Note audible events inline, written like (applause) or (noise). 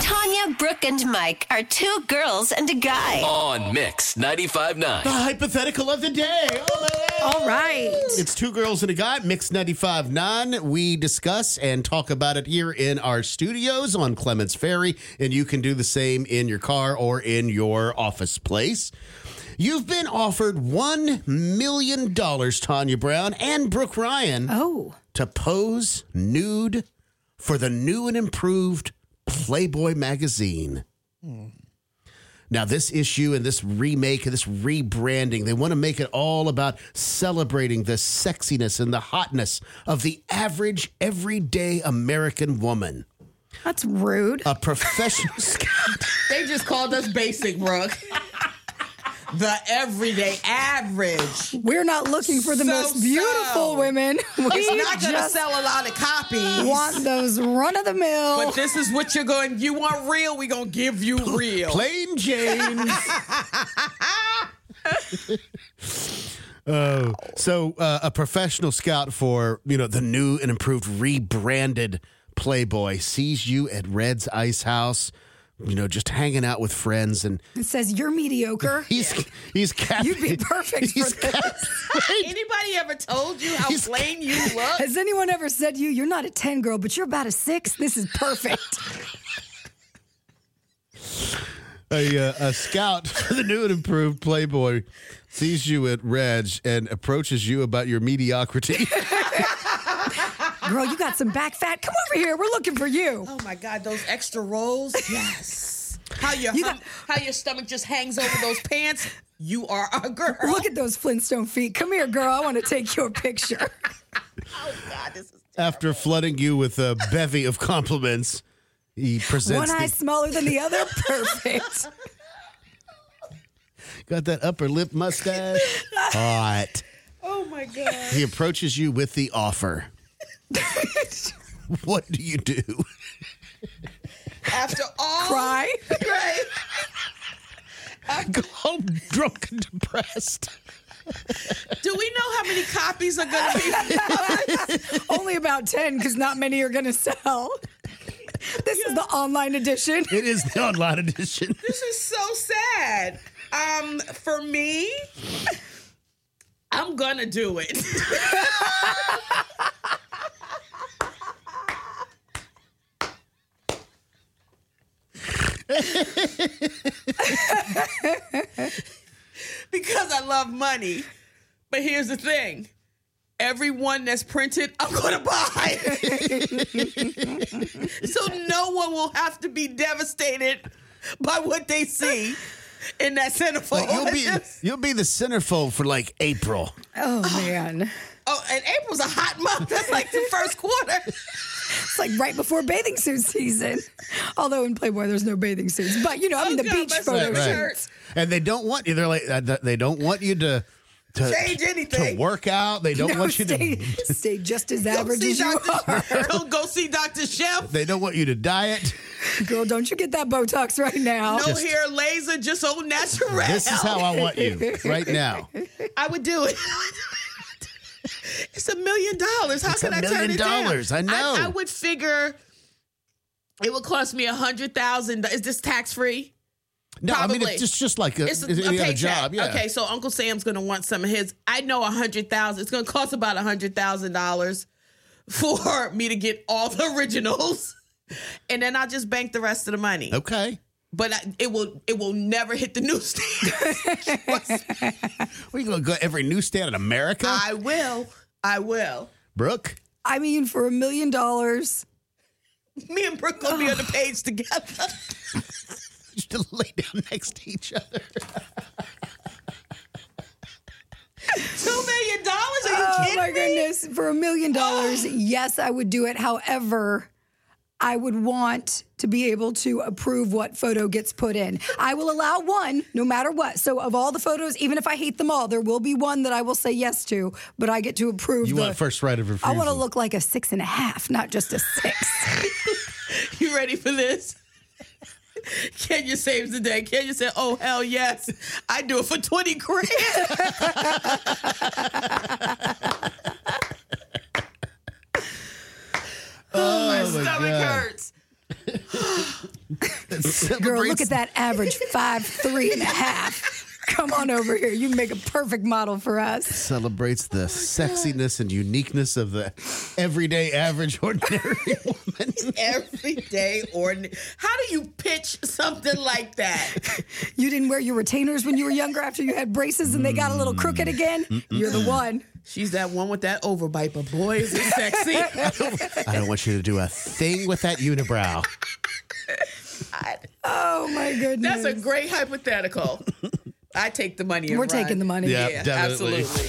Tanya, Brooke, and Mike are two girls and a guy. On Mix 95.9. The hypothetical of the day. Oh, my God. All right. It's two girls and a guy, Mix 95.9. We discuss and talk about it here in our studios on Clements Ferry, and you can do the same in your car or in your office place. You've been offered $1 million, Tanya Brown and Brooke Ryan, Oh. to pose nude for the new and improved Playboy magazine. Now, this issue and this remake and this rebranding, they want to make it all about celebrating the sexiness and the hotness of the average, everyday American woman. That's Oh. rude. A professional. They just called us basic, Brooke. the everyday average. We're not looking for the So most beautiful so. (laughs) women. We It's not going to just sell a lot of copies. want those run of the mill. But this is what you're going. You want real? We gonna give you real. Plain James. oh, so uh, a professional scout for you know the new and improved rebranded Playboy sees you at Red's Ice House, you know, just hanging out with friends, and It says you're (laughs) mediocre. he's he's cap- You'd be perfect for he's this. (laughs) Anybody ever told you how He's- plain you look? Has anyone ever said to you, you're not a 10 girl, but you're about a six? This is (laughs) perfect. a, uh, a scout for the new and improved Playboy sees you at Red's and approaches you about your (laughs) mediocrity. Girl, you got some back fat. Come over here. We're looking for you. Oh my God, those extra rolls. Yes. How your You hum- how your stomach just hangs over those pants. You are a girl. Look at those Flintstone feet. Come here, girl. I want to take your picture. (laughs) After flooding you with a bevy of compliments, he One presents eye the, smaller than the other. (laughs) Perfect. got that upper lip mustache. (laughs) Hot. Oh my God. He approaches you with the (laughs) offer. what do you do? After all, Cry. Right. Go home drunk and depressed. Do we know how many copies are gonna be? (laughs) Only about 10 because not many are going to sell. (laughs) This is the online edition. It is the online edition. This is so sad. Um, for me, I'm gonna do it. because I love money. But here's the thing. Every one that's printed, I'm gonna buy. so no one will have to be devastated by what they see in that centerfold. You'll be you'll be the centerfold for like April. Oh, man. Oh, and April's a hot month. That's like the first quarter. It's like right before bathing suit season. Although in Playboy, there's no bathing suits. But, you know, I mean, Oh, the God, beach my photo sweatshirt. shoots. And they don't want you. They're like uh, th- they don't want you to. To, Change anything. to work out, they (laughs) don't No, want you stay, (laughs) to. stay just as Go average see as you (laughs) are. Dr. Don't go see Dr. Chef. They don't want you to diet. Girl, don't you get that Botox right now. No hair laser, just on natural. This is how I want you right now. I would do it. (laughs) it's a million dollars. How It's a can I turn million it down? dollars. I know. I, would figure it would cost me a hundred thousand. Is this tax free? No, I mean Probably. it's just just like a, It's a, any a other paycheck. job. Yeah. Okay, so Uncle Sam's gonna want some of his. I know a hundred thousand. It's gonna cost about a hundred thousand dollars for me to get all the originals, and then I'll just bank the rest of the money. Okay. But I, it will it will never hit the (laughs) newsstand. We gonna go every newsstand in America, I will. I will. Brooke. I mean, for a million dollars, Me and Brooke gonna be on the Oh. page together. (laughs) Just (laughs) to lay down next to each other. Two million dollars? Are you oh kidding my me? goodness, for a million (gasps) dollars, yes, I would do it. However, I would want to be able to approve what photo gets put in. I will allow one no matter what. So, of all the photos, even if I hate them all, there will be one that I will say yes to, but I get to approve You the. want first right of refusal? I want to look like a six and a half, not just a six. You ready for this? (laughs) Kenya saves the day. Kenya said, "Oh hell yes, I do it for twenty grand." oh, my stomach God. hurts. that Girl, celebrates look at that average five, three and a half. Come on over here. You make a perfect model for us. celebrates Oh the sexiness and uniqueness of the everyday average (laughs) ordinary woman. Everyday ordinary. How do you pitch something like that? You didn't wear your retainers when you were younger after you had braces and they got a little crooked again. You're the one. She's that one with that overbite, but boy, is it sexy. I don't want you to do a thing with that unibrow. Oh my goodness. That's a great hypothetical. I take the money. And We're run. taking the money. Yeah, Yeah, definitely. absolutely.